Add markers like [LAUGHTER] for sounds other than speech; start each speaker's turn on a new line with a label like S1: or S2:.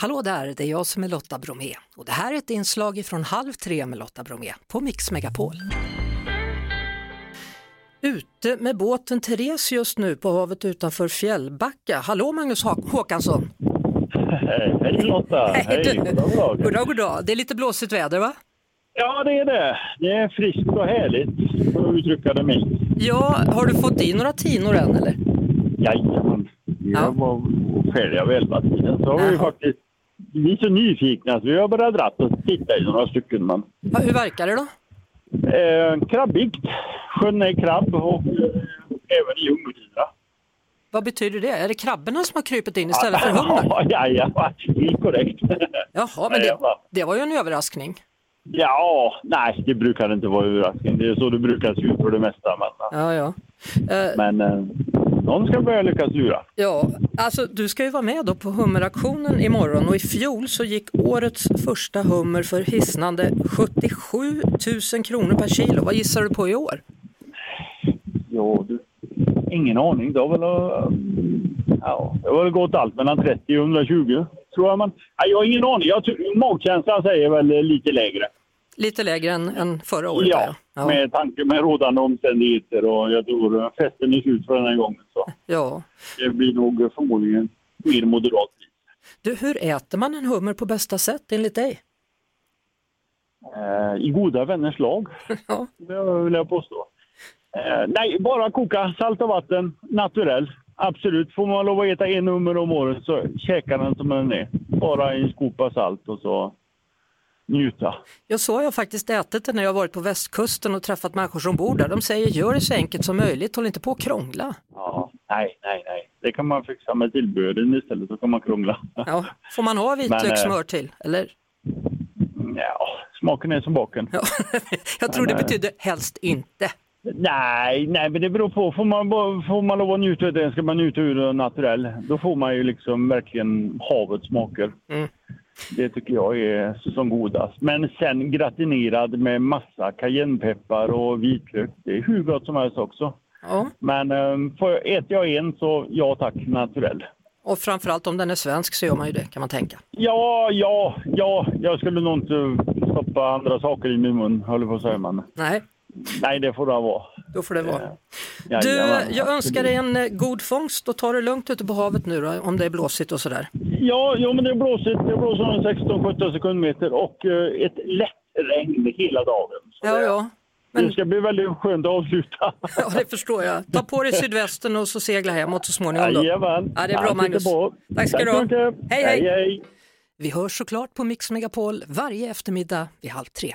S1: Hallå där, det är jag som är Lotta Bromé och det här är ett inslag från Halv tre med Lotta Bromé på Mix Megapol. Ute med båten Therese just nu på havet utanför Fjällbacka. Hallå Magnus Hå- Håkansson!
S2: Hej, hej
S1: [LAUGHS]
S2: Lotta!
S1: du.
S2: Hej, god dag.
S1: Goddag, goddag! Det är lite blåsigt väder va?
S2: Ja, det är det. Det är friskt och härligt, för att uttrycka det milt.
S1: Ja, har du fått i några tinor än eller?
S2: Jajamän. Vi
S1: Ja.
S2: var färdiga vid elvatiden. Så har vi
S1: Jaha.
S2: faktiskt... Vi är så nyfikna så vi har bara dratt och tittat i några stycken. Men,
S1: Ja, hur verkar det då?
S2: eh, krabbigt. Sjön är krabb och eh, även i ungtiderna.
S1: Vad betyder det? Är det krabborna som har krypit in istället för humlen?
S2: [LAUGHS] Ja, Jajamän, helt korrekt.
S1: Jaha, men det,
S2: Jajamän.
S1: det var ju en överraskning.
S2: [LAUGHS] Ja, nej, det brukar inte vara överraskning. Det är så det brukar se ut för det mesta. Men,
S1: Ja, ja. Eh,
S2: men eh, någon ska börja lyckas lura.
S1: Ja, alltså du ska ju vara med då på hummeraktionen imorgon och i fjol så gick årets första hummer för hisnande 77 000 kronor per kilo. Vad gissar du på i år?
S2: Ja, du. Ingen aning. Det har väl... eh, Ja, det har väl gått allt mellan 30 och 120, tror jag. Man. Nej, jag har ingen aning. Jag tror, magkänslan säger väl eh, lite lägre.
S1: Lite lägre än, än förra året.
S2: Ja,
S1: ja.
S2: med tanke med rådande omständigheter och jag tror eh, festen är slut för den här gången. Så
S1: ja.
S2: det blir nog eh, förmodligen mer moderat.
S1: Du, hur äter man en hummer på bästa sätt enligt dig?
S2: Eh, I goda vänners lag.
S1: Ja.
S2: Det vill jag påstå. Eh, nej, bara koka salt och vatten, naturell. Absolut. Får man lov att äta en nummer om året så käka den som den är. Bara i en skopa salt och så njuta.
S1: Jag så har jag faktiskt ätit det när jag varit på västkusten och träffat människor som bor där. De säger gör det så enkelt som möjligt, håll inte på och krångla.
S2: Ja, nej, nej, nej. Det kan man fixa med tillbehören istället, så kan man krångla.
S1: Ja. Får man ha vitlökssmör
S2: eh,
S1: till? Eller?
S2: Ja, smaken är som baken.
S1: Ja. [LAUGHS] Jag tror det
S2: Nej.
S1: betyder helst inte.
S2: Nej, nej, men det beror på. Får man, bara- får man lov att njuta av den ska man njuta ur den naturell. Då får man ju liksom verkligen havets smaker.
S1: Mm.
S2: Det tycker jag är som godast. Men sen gratinerad med massa cayennepeppar och vitlök. Det är hur gott som helst också.
S1: Ja.
S2: Men eh, får jag, äter jag en så ja tack, naturell.
S1: Och framförallt om den är svensk så gör man ju det kan man tänka.
S2: Ja, ja, ja, jag skulle nog inte stoppa andra saker i min mun, höll jag på att säga. Men
S1: Nej,
S2: nej, det får det vara.
S1: då får det vara. Du,
S2: Jajamän,
S1: jag önskar
S2: absolut.
S1: dig en eh, god fångst och ta det lugnt ute på havet nu då, om det är blåsigt och sådär.
S2: Ja, ja men det blåser, det blåser om 16-17 sekundmeter och eh, ett lätt regn hela dagen. Så
S1: Ja,
S2: det-
S1: ja. men-
S2: Det ska bli väldigt skönt att avsluta.
S1: ja, det förstår jag. Ta på dig sydvästen och så segla hemåt så småningom då.
S2: Jajamän.
S1: Ja, det är bra,
S2: sitter
S1: Magnus.
S2: på.
S1: Tack ska du ha.
S2: så mycket.
S1: Hej, hej.
S2: hej, hej.
S1: Vi hörs såklart på Mix Megapol varje eftermiddag vid halv tre.